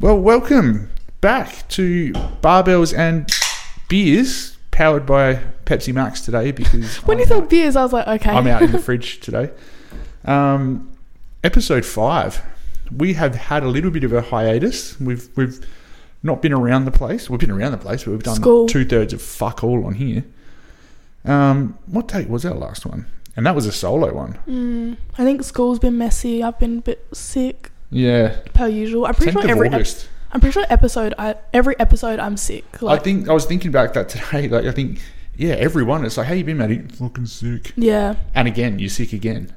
Well, welcome back to Barbells and Beers, powered by Pepsi Max today because When I'm, you said beers, I was like, okay. I'm out in the fridge today. Um, episode five. We have had a little bit of a hiatus. We've we've not been around the place. We've been around the place, but we've done School. two thirds of fuck all on here. Um, what date was our last one? And that was a solo one. Mm, I think school's been messy. I've been a bit sick Yeah, per usual. I'm pretty tenth sure of every ep- August. I'm pretty sure episode I every episode I'm sick. Like I think I was thinking about that today. Like I think, yeah, everyone. It's like, how you been, Matty? Fucking sick. yeah. And again, you're sick again.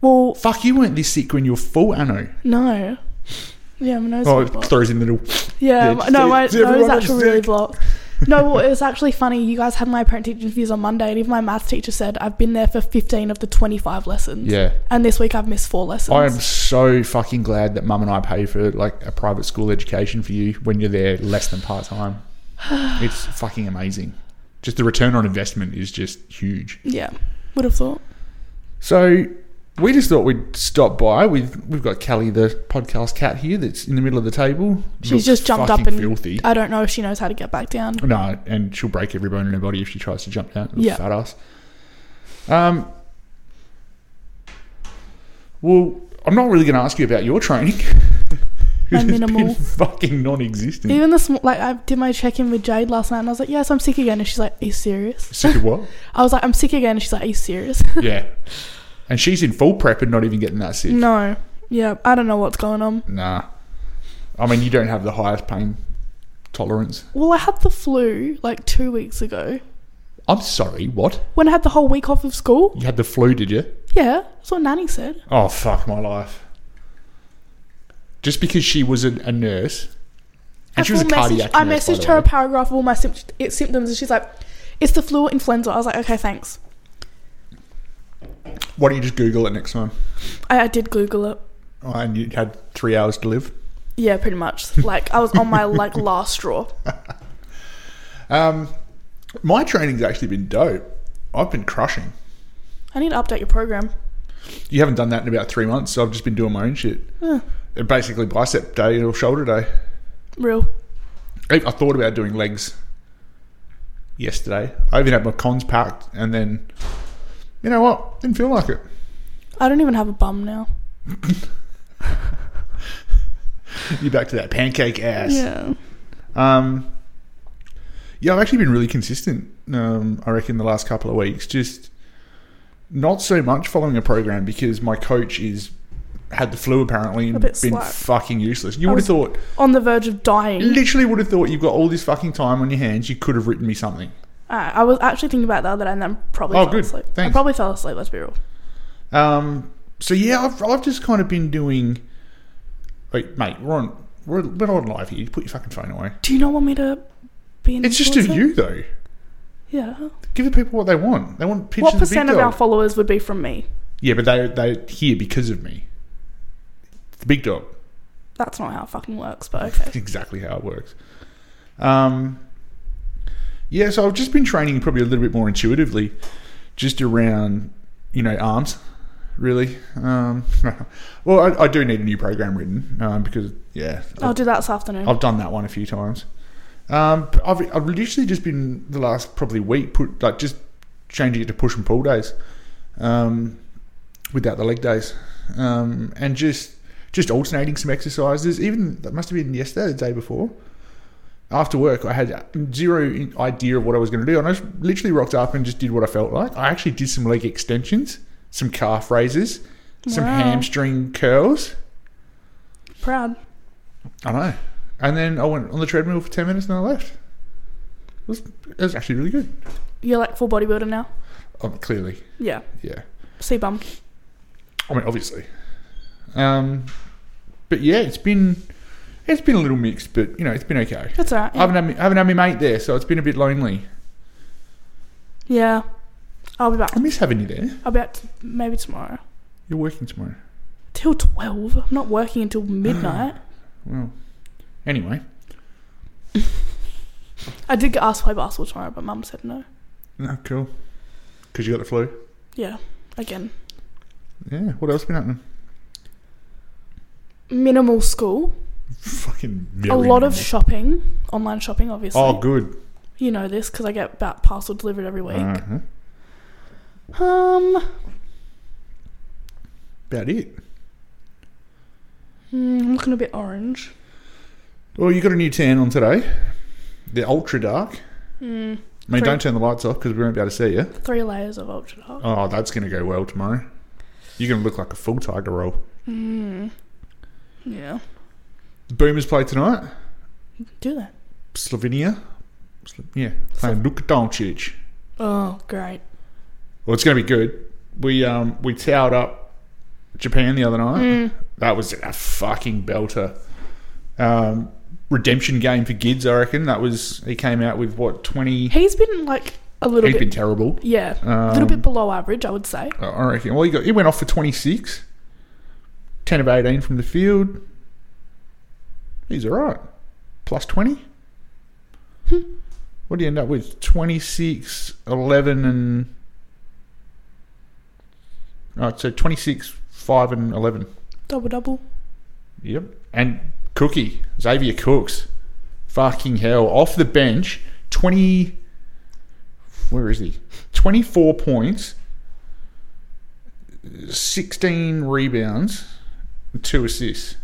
Well, Fuck, you weren't this sick when you were full ano. no. Yeah, my nose. Oh, was it blocked. throws in the little. yeah, yeah, my- just no, say, my "Is nose everyone actually really sick?" blocked. No, well, it was actually funny. You guys had my parent teacher interviews on Monday, and even my maths teacher said I've been there for 15 of the 25 lessons. Yeah, And this week I've missed four lessons. I am so fucking glad that Mum and I pay for like a private school education for you when you're there less than part time. it's fucking amazing. Just the return on investment is just huge. yeah, would have thought. So we just thought we'd stop by. We've we've got Callie, the podcast cat here, that's in the middle of the table. She's Looks just jumped up fucking and filthy. I don't know if she knows how to get back down. No, and she'll break every bone in her body if she tries to jump down. Yeah. Yeah. Fat ass. Um, well, I'm not really going to ask you about your training. 'Cause it's minimal. been fucking non existent. Even this, like, I did my check in with Jade last night, and I was like, "Yes, I'm sick again." And she's like, "Are you serious?" Sick of what? I was like, "I'm sick again." And she's like, "Are you serious?" yeah. And she's in full prep and not even getting that sick. no, yeah, I don't know what's going on. Nah. I mean, you don't have the highest pain tolerance. Well, I had the flu like two weeks ago I'm sorry, what? when I had the whole week off of school. You had the flu, did you? Yeah, that's what Nanny said. Oh, fuck my life. Just because she was a, a nurse. And I she was a full messaged- cardiac I nurse, by messaged the her a way. paragraph of all my sympt- it- symptoms, and she's like, "It's the flu or influenza." I was like, "Okay, thanks." Why don't you just Google it next time? I, I did Google it. Oh, and you had three hours to live. Yeah, pretty much. Like I was on my like last straw. Um, my training's actually been dope. I've been crushing. I need to update your program. You haven't done that in about three months, so I've just been doing my own shit. Huh. And Basically, bicep day or shoulder day. Real. I I thought about doing legs yesterday. I even had my cons packed, and then, you know what? Didn't feel like it. I don't even have a bum now. You're back to that pancake ass. Yeah. Um, yeah, I've actually been really consistent. Um, I reckon the last couple of weeks, just not so much following a program because my coach is had the flu apparently and A been bit slack. fucking useless. You I would have was- thought, On the verge of dying. literally, would have thought you've got all this fucking time on your hands. You could have written me something. I, Uh, I was actually thinking about that other day and then probably Oh, fell good. asleep. I Thanks. probably fell asleep, let's be real. Um, so yeah, I've, I've just kind of been doing. Wait, mate, we're on we're, we're not on live here. You put your fucking phone away. Do you not want me to be an It's just to influencer? you though. Yeah. Give the people what they want. They want pictures. what of the big percent of dog. our followers would be from me? Yeah, but they they're here because of me. It's the big dog. That's not how it fucking works, but That's okay. exactly how it works. Um, yeah, so I've just been training probably a little bit more intuitively, just around you know arms, really. Um, well, I, I do need a new program written um, because yeah, I'll do that this afternoon. I've done that one a few times. Um, but I've, I've literally just been the last probably week put like just changing it to push and pull days, um, without the leg days, um, and just just alternating some exercises. Even that must have been yesterday, the day before. After work, I had zero in- idea of what I was going to do, and I just literally rocked up and just did what I felt like. I actually did some leg extensions, some calf raises, some Wow. hamstring curls. Proud. I know. And then I went on the treadmill for 10 minutes and I left. It was, it was actually really good. You're like full bodybuilder now? Um, clearly, Yeah. yeah. See bum. I mean, obviously. Um, but yeah, it's been it's been a little mixed, but you know, it's been okay. That's alright. I haven't had me, I haven't had my mate there, so it's been a bit lonely. Yeah. I'll be back. I miss having you there. I'll be back t- maybe tomorrow. You're working tomorrow. Till 12. I'm not working until midnight. Well, anyway, I did get asked to play basketball tomorrow, but mum said no. no, cool. Because you got the flu. Yeah. Again. Yeah. What else been happening? Minimal school. fucking a million. lot of shopping, online shopping, obviously. oh, good. You know this because I get about parcel delivered every week. Uh-huh. Um, About it. mm, I'm looking a bit orange. Well, you got a new tan on today. They're ultra dark. Mm, I mean, True. don't turn the lights off because we won't be able to see you. three layers of ultra dark. Oh, that's going to go well tomorrow. You're going to look like a full tiger roll. Mm. Yeah. The Boomers play tonight. Do that. Slovenia. Slo- yeah, playing Luka Doncic. Oh, great. Well, it's going to be good. We um we towed up Japan the other night. Hmm. That was a fucking belter. Um, redemption game for Gids, I reckon. That was he came out with what twenty. He's been like a little He's bit. been terrible. yeah. a Um, little bit below average, I would say. I- I reckon. Well, he got he went off for twenty six. Ten of eighteen from the field. He's all right. Plus twenty. what do you end up with? 26, 11 and. Right, so 26, 5 and 11. Double double. Yep. And Cookie, Xavier Cooks. Fucking hell. Off the bench, 20. Where is he? 24 points, 16 rebounds, and two assists.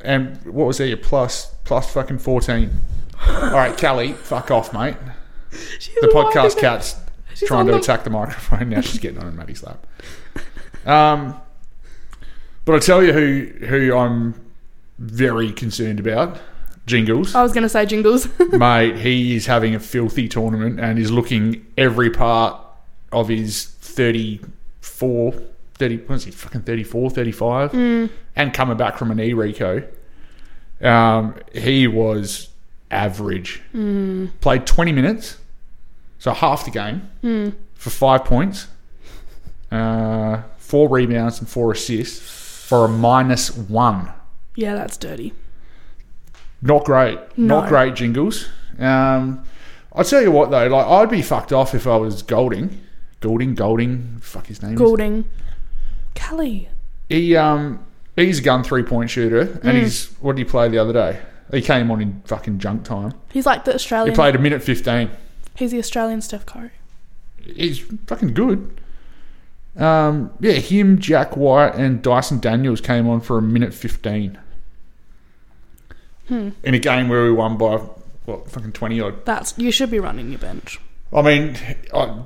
And what was he? A plus, plus fucking 14. All right, Callie, fuck off, mate. She's The podcast cat. cat's She's trying on to the- attack the microphone. Now she's getting on Maddie's lap. Um, but I tell you who who I'm very concerned about. Jingles, I was going to say jingles. mate, he is having a filthy tournament and is looking every part of his 34, 30, what is he, fucking 34, 35, and coming back from an knee Rico. Um, he was average. Played 20 minutes, so half the game for five points, uh, four rebounds, and four assists for a minus one. yeah, that's dirty. Not great. Not No. great jingles. Um, I tell you what though, like I'd be fucked off if I was Golding, Golding, Golding. Fuck his name. is. Goulding. Callie. He um he's a gun three point shooter, and he's what did he play the other day? He came on in fucking junk time. He's like the He Australian. played a minute fifteen. he's the Australian Steph Curry. He's fucking good. Um, yeah, him, Jack White, and Dyson Daniels came on for a minute fifteen in a game where we won by what fucking twenty odd. That's you should be running your bench. I mean, I,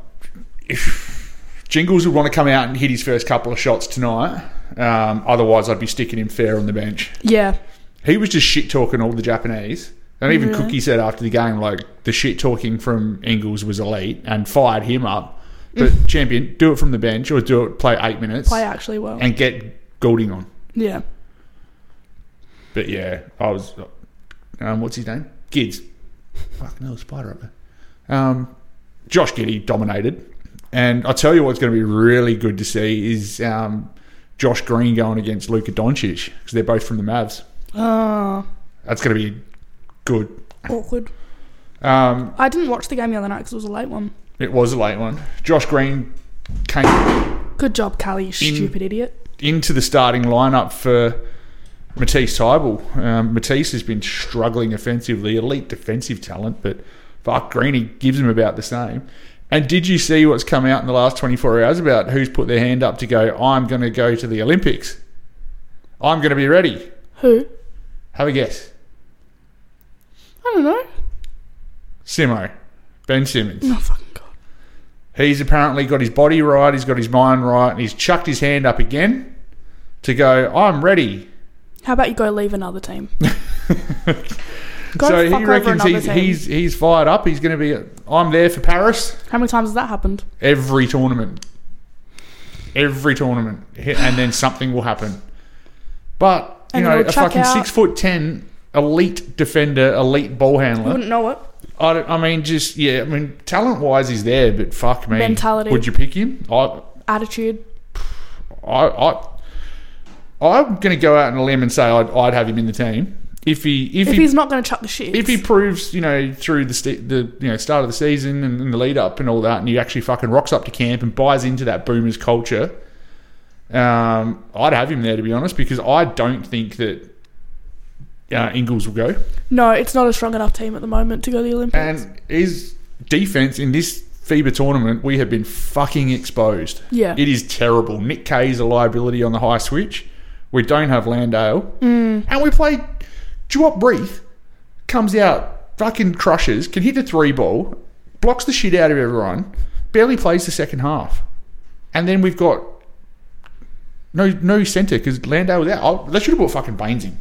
if Jingles would want to come out and hit his first couple of shots tonight, um, otherwise I'd be sticking him fair on the bench. Yeah. He was just shit talking all the Japanese. And even Really? Cookie said after the game, like the shit talking from Ingles was elite and fired him up. But champion, do it from the bench or do it play eight minutes Play actually well. and get Golding on. yeah. But yeah, I was. Um, what's his name? Gids. Fucking hell, spider up there. Um, Josh Giddy dominated, and I tell you what's going to be really good to see is um, Josh Green going against Luka Doncic because they're both from the Mavs. Oh, That's going to be good. awkward. Um, I didn't watch the game the other night because it was a late one. it was a late one. Josh Green came Good job, Callie, you stupid idiot. into the starting lineup for Matisse Tybal. Um, Matisse has been struggling offensively, elite defensive talent, but fuck, Greeny gives him about the same. And did you see what's come out in the last 24 hours about who's put their hand up to go, I'm going to go to the Olympics? I'm going to be ready. Who? Have a guess. I don't know. Simo, Ben Simmons. Oh, fucking God. He's apparently got his body right, he's got his mind right, and he's chucked his hand up again to go, I'm ready. How about you go leave another team? go so fuck he over reckons another he's, team. he's he's fired up. He's going to be. I'm there for Paris How many times has that happened? every tournament, every tournament, and then something will happen. But you And know, you'll a chuck fucking out- six foot ten elite defender, elite ball You handler. wouldn't know it. I, don't- I mean, just yeah. I mean, talent wise, he's there, but fuck me, Mentality. Would you pick him? I Attitude. I, I I'm going to go out on a limb and say I'd, I'd have him in the team if he if, If he he's not going to chuck the shit, if he proves, you know, through the st- the you know start of the season and, and the lead up and all that, and he actually fucking rocks up to camp and buys into that boomers culture, um, I'd have him there to be honest because I don't think that uh, Ingles will go. No, it's not a strong enough team at the moment to go to the Olympics. And his defense in this FIBA tournament, we have been fucking exposed. yeah. It is terrible. Nick Kay is a liability on the high switch. We don't have Landale. And we play Duop Breath, comes out, fucking crushes, can hit a three ball, blocks the shit out of everyone, barely plays the second half. And then we've got no no centre because Landale was out. Oh, they should have brought fucking Baines in.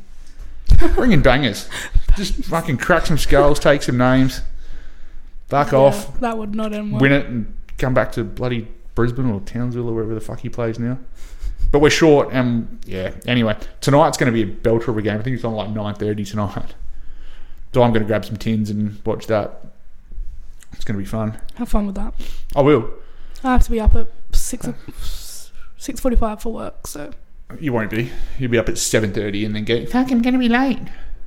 Bring in bangers. Just fucking crack some skulls, take some names, fuck Yeah, off, That would not end well. win it and come back to bloody Brisbane or Townsville or wherever the fuck he plays now. But we're short, and yeah. Anyway, tonight's going to be a belter of a game. I think it's on like nine thirty tonight, so I'm going to grab some tins and watch that. It's going to be fun. Have fun with that. I will. I have to be up at six six forty five for work, so You won't be. You'll be up at seven thirty and then get. Fuck! I'm going to be late.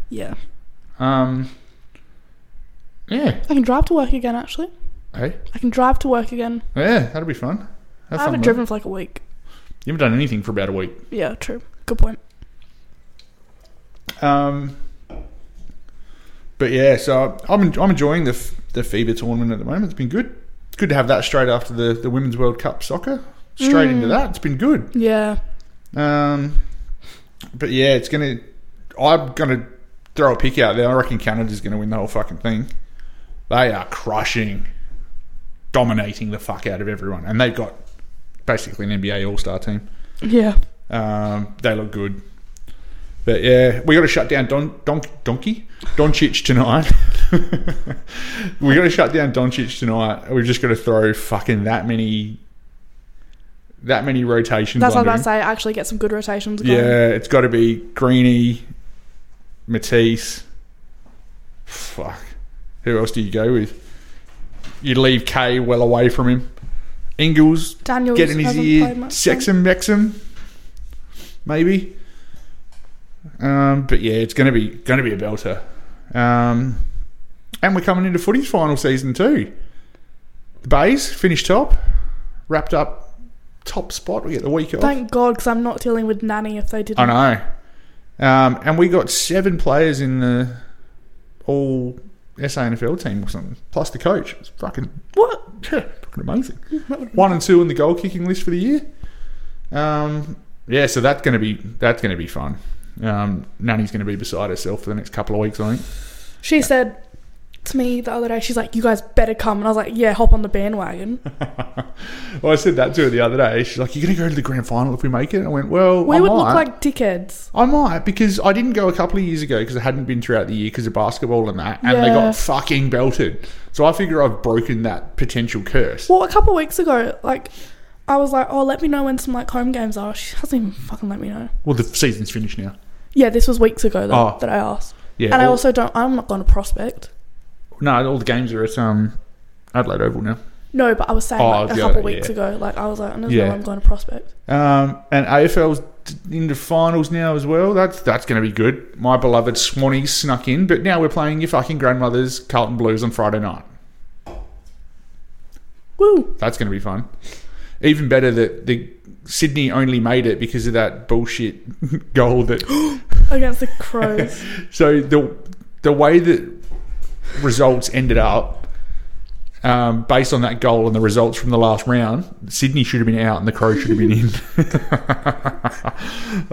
yeah. Um. Yeah. I can drive to work again actually. Hey. I can drive to work again. Yeah. That'll be fun. Have I fun. haven't mate. driven for like a week. You haven't done anything for about a week. Yeah, true. Good point. Um, but yeah, so I'm I'm enjoying the f- the FIBA tournament at the moment. It's been good. It's good to have that straight after the, the Women's World Cup soccer. Straight Mm. into that. It's been good. Yeah. Um, but yeah, it's gonna. I'm gonna throw a pick out there. I reckon Canada's gonna win the whole fucking thing. They are crushing, dominating the fuck out of everyone, and they've got basically an NBA All Star team. Yeah. Um, they look good. But yeah, we got to shut down Don, Don Donkey Doncic tonight. we got to shut down Doncic tonight. We've just got to throw fucking that many, that many rotations. That's what I was under about to him. say. Actually get some good rotations going. Yeah, it's got to be Greeny, Matisse. Fuck. Who else do you go with? You leave Kay well away from him. Ingles Daniel get in his hasn't ear, played much, so- sex him, vex him, maybe. Um, but yeah, it's gonna be gonna be a belter. Um, and we're coming into footy's final season too. The Bays finished top, wrapped up top spot. We get the week off. Thank God, because I'm not dealing with Nanny if they didn't. I know. Um, and we got seven players in the all SANFL team or something, plus the coach. It's fucking What? fucking amazing. One and two in the goal kicking list for the year. Um, yeah, so that's gonna be that's gonna be fun. Um, Nanny's gonna be beside herself for the next couple of weeks, I think. She said to me the other day, she's like, "You guys better come," and I was like, "Yeah, hop on the bandwagon." Well, I said that to her the other day. She's like, "You're gonna go to the grand final if we make it." I went, "Well, We I would might. look like dickheads. I might because I didn't go a couple of years ago because I hadn't been throughout the year because of basketball and that, and they Yeah. got fucking belted. So I figure I've broken that potential curse. Well, a couple of weeks ago, like. I was like, oh, let me know when some like home games are. She hasn't even fucking let me know. Well, the season's finished now. Yeah, this was weeks ago though Oh. that I asked, Yeah, and I all- also don't. I'm not going to prospect. no, all the games are at um, Adelaide Oval now. No, but I was saying Oh, like, a yeah, couple of weeks yeah. ago, like I was like, I don't Yeah. know, I'm going to prospect. Um, and AFL's t- into finals now as well. That's that's going to be good. My beloved Swannies snuck in, but now we're playing your fucking grandmother's Carlton Blues on Friday night. Woo! That's going to be fun. Even better that the Sydney only made it because of that bullshit goal that Against the crows. So the the way that results ended up, um, based on that goal and the results from the last round, Sydney should have been out and the Crows should have been in.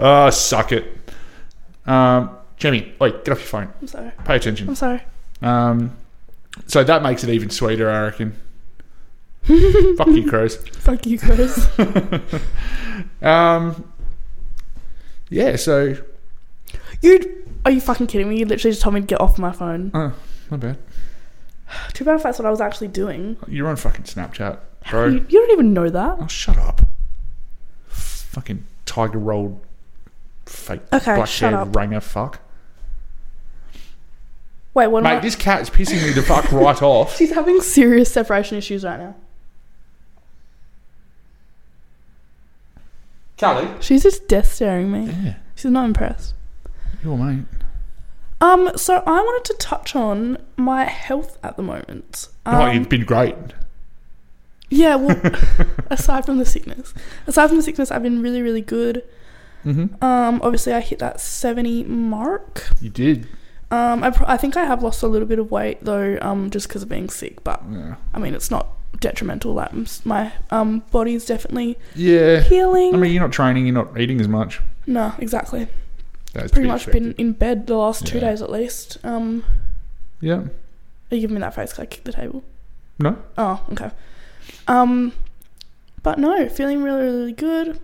Ah, suck it, um, Jimmy. Wait, get off your phone. I'm sorry. Pay attention. I'm sorry. Um, so that makes it even sweeter, I reckon. Fuck you, Crows. Fuck you, crows. Um, yeah. So you are you fucking kidding me? You literally just told me to get off my phone. oh, not bad. Too bad if that's what I was actually doing. You're on fucking Snapchat, bro. You, you don't even know that. Oh, shut up. Fucking tiger rolled fake Okay, black shut haired up. ranger fuck. Wait, what? Mate, Am I, this cat is pissing me the fuck right off. she's having serious separation issues right now. Callie. She's just death staring me. Yeah, She's not impressed. your mate. Um, so I wanted to touch on my health at the moment. Um, oh, you've been great. Yeah, well, aside from the sickness, aside from the sickness, I've been really, really good. Mm-hmm. Um, obviously, I hit that 70 mark. You did. Um, I, pr- I think I have lost a little bit of weight though, um, just because of being sick. But Yeah. I mean, it's not detrimental. Like I'm s- my um body's definitely yeah. healing. I mean, you're not training. You're not eating as much. no, exactly. That's Pretty much been in bed the last two Yeah. days at least. Um, Yeah. are you giving me that face? Cause I kicked the table. No. Oh, okay. Um, but no, feeling really, really good.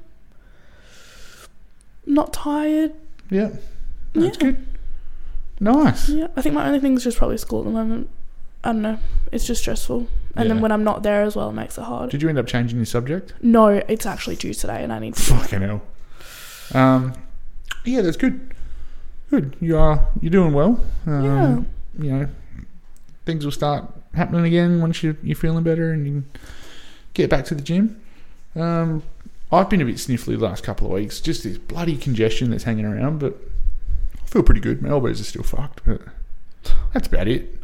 Not tired. Yeah. That's yeah. good. Nice. Yeah, I think my only thing is just probably school at the moment. I don't know. It's just stressful. And then Yeah. when I'm not there as well, it makes it hard. Did you end up changing your subject? No, it's actually due today, and I need to. Fucking hell. Um, yeah, that's good. Good. You are. You're doing well. Um, yeah, You know, things will start happening again once you, you're feeling better and you can get back to the gym. Um, I've been a bit sniffly the last couple of weeks. Just this bloody congestion that's hanging around, but I feel pretty good. My elbows are still fucked, but that's about it.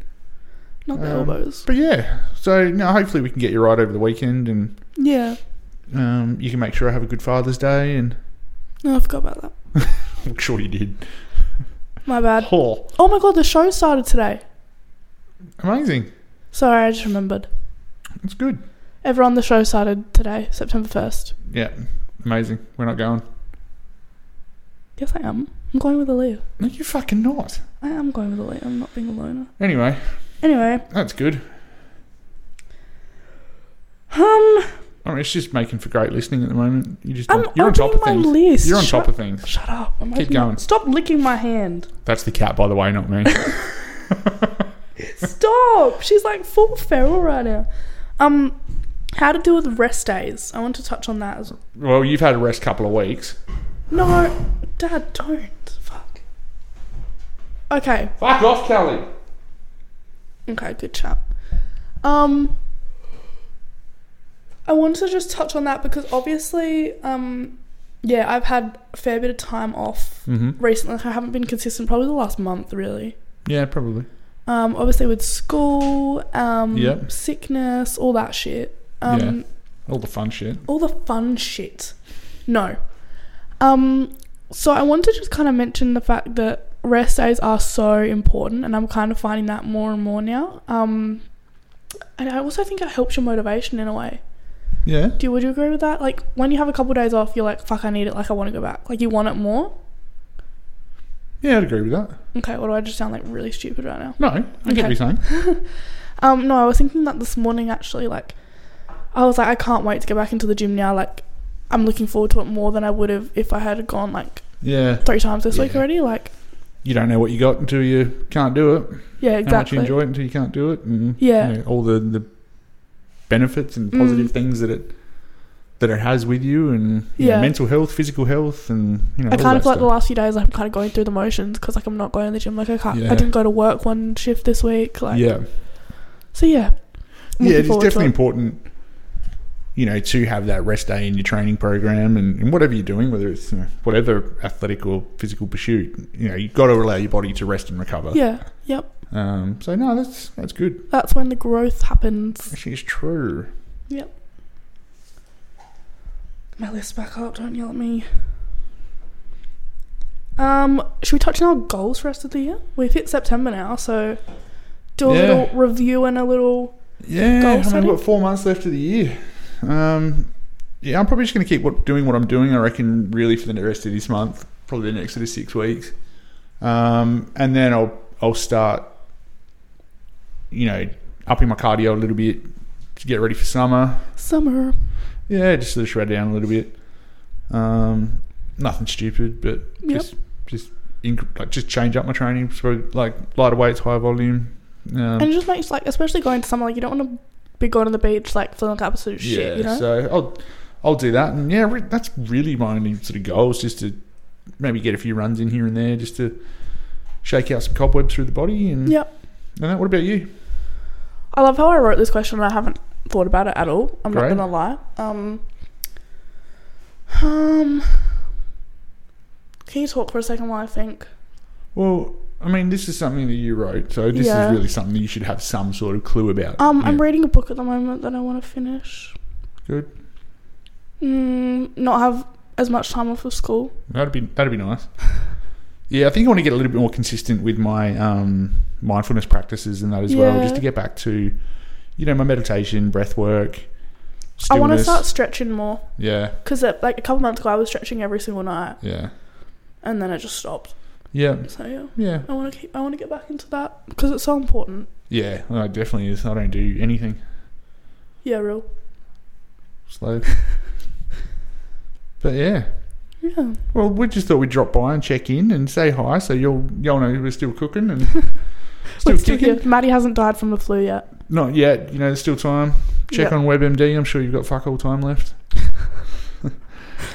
not the Um, elbows. But yeah, so now hopefully we can get you right over the weekend, and Yeah, um, you can make sure I have a good Father's Day, and no, I forgot about that. I'm sure you did. My bad. Oh, Oh my god, the show started today. amazing! Sorry, I just remembered. It's good. Everyone, the show started today, September first. Yeah, amazing. We're not going. Yes, I am. I'm going with Aaliyah. No, you're fucking not. I am going with Aaliyah. I'm not being a loner. Anyway, Anyway, that's good. um, I mean, it's just making for great listening at the moment. You just I'm you're on top opening of my things. list. You're on Shut- top of things. Shut up. I'm Keep opening- going. Stop licking my hand. That's the cat, by the way, not me. Stop! She's like full feral right now. Um, how to deal with rest days. I want to touch on that as well. well, you've had a rest couple of weeks. No, Dad, don't. Fuck. Okay, Fuck off, Kelly. okay, good chat. Um, I wanted to just touch on that because obviously, um, yeah, I've had a fair bit of time off Mm-hmm. recently. I haven't been consistent, probably the last month, really. Yeah, probably. Um, obviously with school, um, Yep. sickness, all that shit. Um, Yeah. All the fun shit. all the fun shit. No. Um, so I want to just kind of mention the fact that rest days are so important, and I'm kind of finding that more and more now. Um, and I also think it helps your motivation in a way. Yeah. Do you, would you agree with that? Like when you have a couple days off, you're like, "Fuck, I need it. Like I want to go back. Like you want it more." Yeah, I'd agree with that. Okay, what do I just sound like really stupid right now? No, I get what Okay. you're saying. Um, no, I was thinking that this morning actually. Like, I was like, I can't wait to go back into the gym now. Like, I'm looking forward to it more than I would have if I had gone like Yeah. three times this week Yeah. already. Like, You don't know what you got until you can't do it. yeah, How much exactly. you enjoy it until you can't do it. And, Yeah. you know, all the, the benefits and positive Mm. things that it that it has with you and you know, Yeah. mental health, physical health and you know, I all that kind of feel like the stuff. last few days I'm kind of going through the motions because like I'm not going to the gym. Like I can't. Yeah. I didn't go to work one shift this week. Like, Yeah. So yeah. I'm Yeah, looking it is forward to definitely important, you know, to have that rest day in your training program and, and whatever you're doing, whether it's you know, whatever athletic or physical pursuit, you know, you've got to allow your body to rest and recover. Yeah. Yep. Um, so no, that's that's good. That's when the growth happens. Actually, it's true. My list back up. Don't yell at me. Um, should we touch on our goals for the rest of the year? We've hit September now, so do a Yeah. little review and a little. Yeah, goal I mean, setting? we've got four months left of the year. Um, yeah, I'm probably just going to keep what, doing what I'm doing, I reckon, really, for the rest of this month, probably the next sort of six weeks. Um, and then I'll, I'll start, you know, upping my cardio a little bit to get ready for summer. Summer. Yeah, just sort of shred down a little bit. Um, nothing stupid, but Yep. just just inc- like just change up my training. So like lighter weights, higher volume. Um, and it just makes like, especially going to summer, like you don't want to be going to the beach like feeling like absolute shit, you know? so I'll I'll do that, and yeah, re- that's really my only sort of goal is just to maybe get a few runs in here and there, just to shake out some cobwebs through the body, and Yep. And that, what about you? I love how I wrote this question and I haven't thought about it at all. I'm Great. not gonna lie. Um, um, can you talk for a second while I think? Well, I mean, this is something that you wrote, so this Yeah. is really something that you should have some sort of clue about. Um, I'm Yeah. reading a book at the moment that I want to finish. Good. Mm, not have as much time off of school. That'd be that'd be nice. Yeah, I think I want to get a little bit more consistent with my um, mindfulness practices and that as well, Yeah. just to get back to, you know, my meditation, breath work. I want to stillness. start stretching more Yeah, because like a couple months ago I was stretching every single night yeah, and then it just stopped. yeah, So yeah, yeah, I want to keep I want to get back into that because it's so important. yeah. No, it definitely is. I don't do anything Yeah, real. slow. but yeah, Yeah. well, we just thought we'd drop by and check in and say hi, so you'll you'll know we're still cooking and still Let's do kicking. it. Maddie hasn't died from the flu yet. Not yet. You know, there's still time. Check Yep. on WebMD. I'm sure you've got fuck all time left.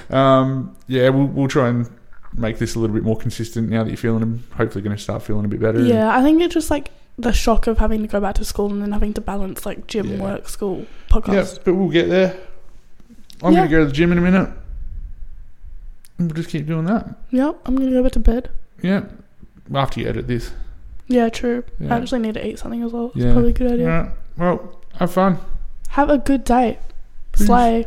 um, yeah, we'll, we'll try and make this a little bit more consistent now that you're feeling. I'm hopefully going to start feeling a bit better. Yeah, I think it's just like the shock of having to go back to school and then having to balance like gym, Yeah. work, school, And, yeah, podcast. but we'll get there. I'm Yeah. going to go to the gym in a minute. And we'll just keep doing that. Yep, I'm gonna go back to bed. Yeah. After you edit this. Yeah, true. Yeah. I actually need to eat something as well. It's Yeah. probably a good idea. All right. Well, have fun. Have a good day. Peace. Slay.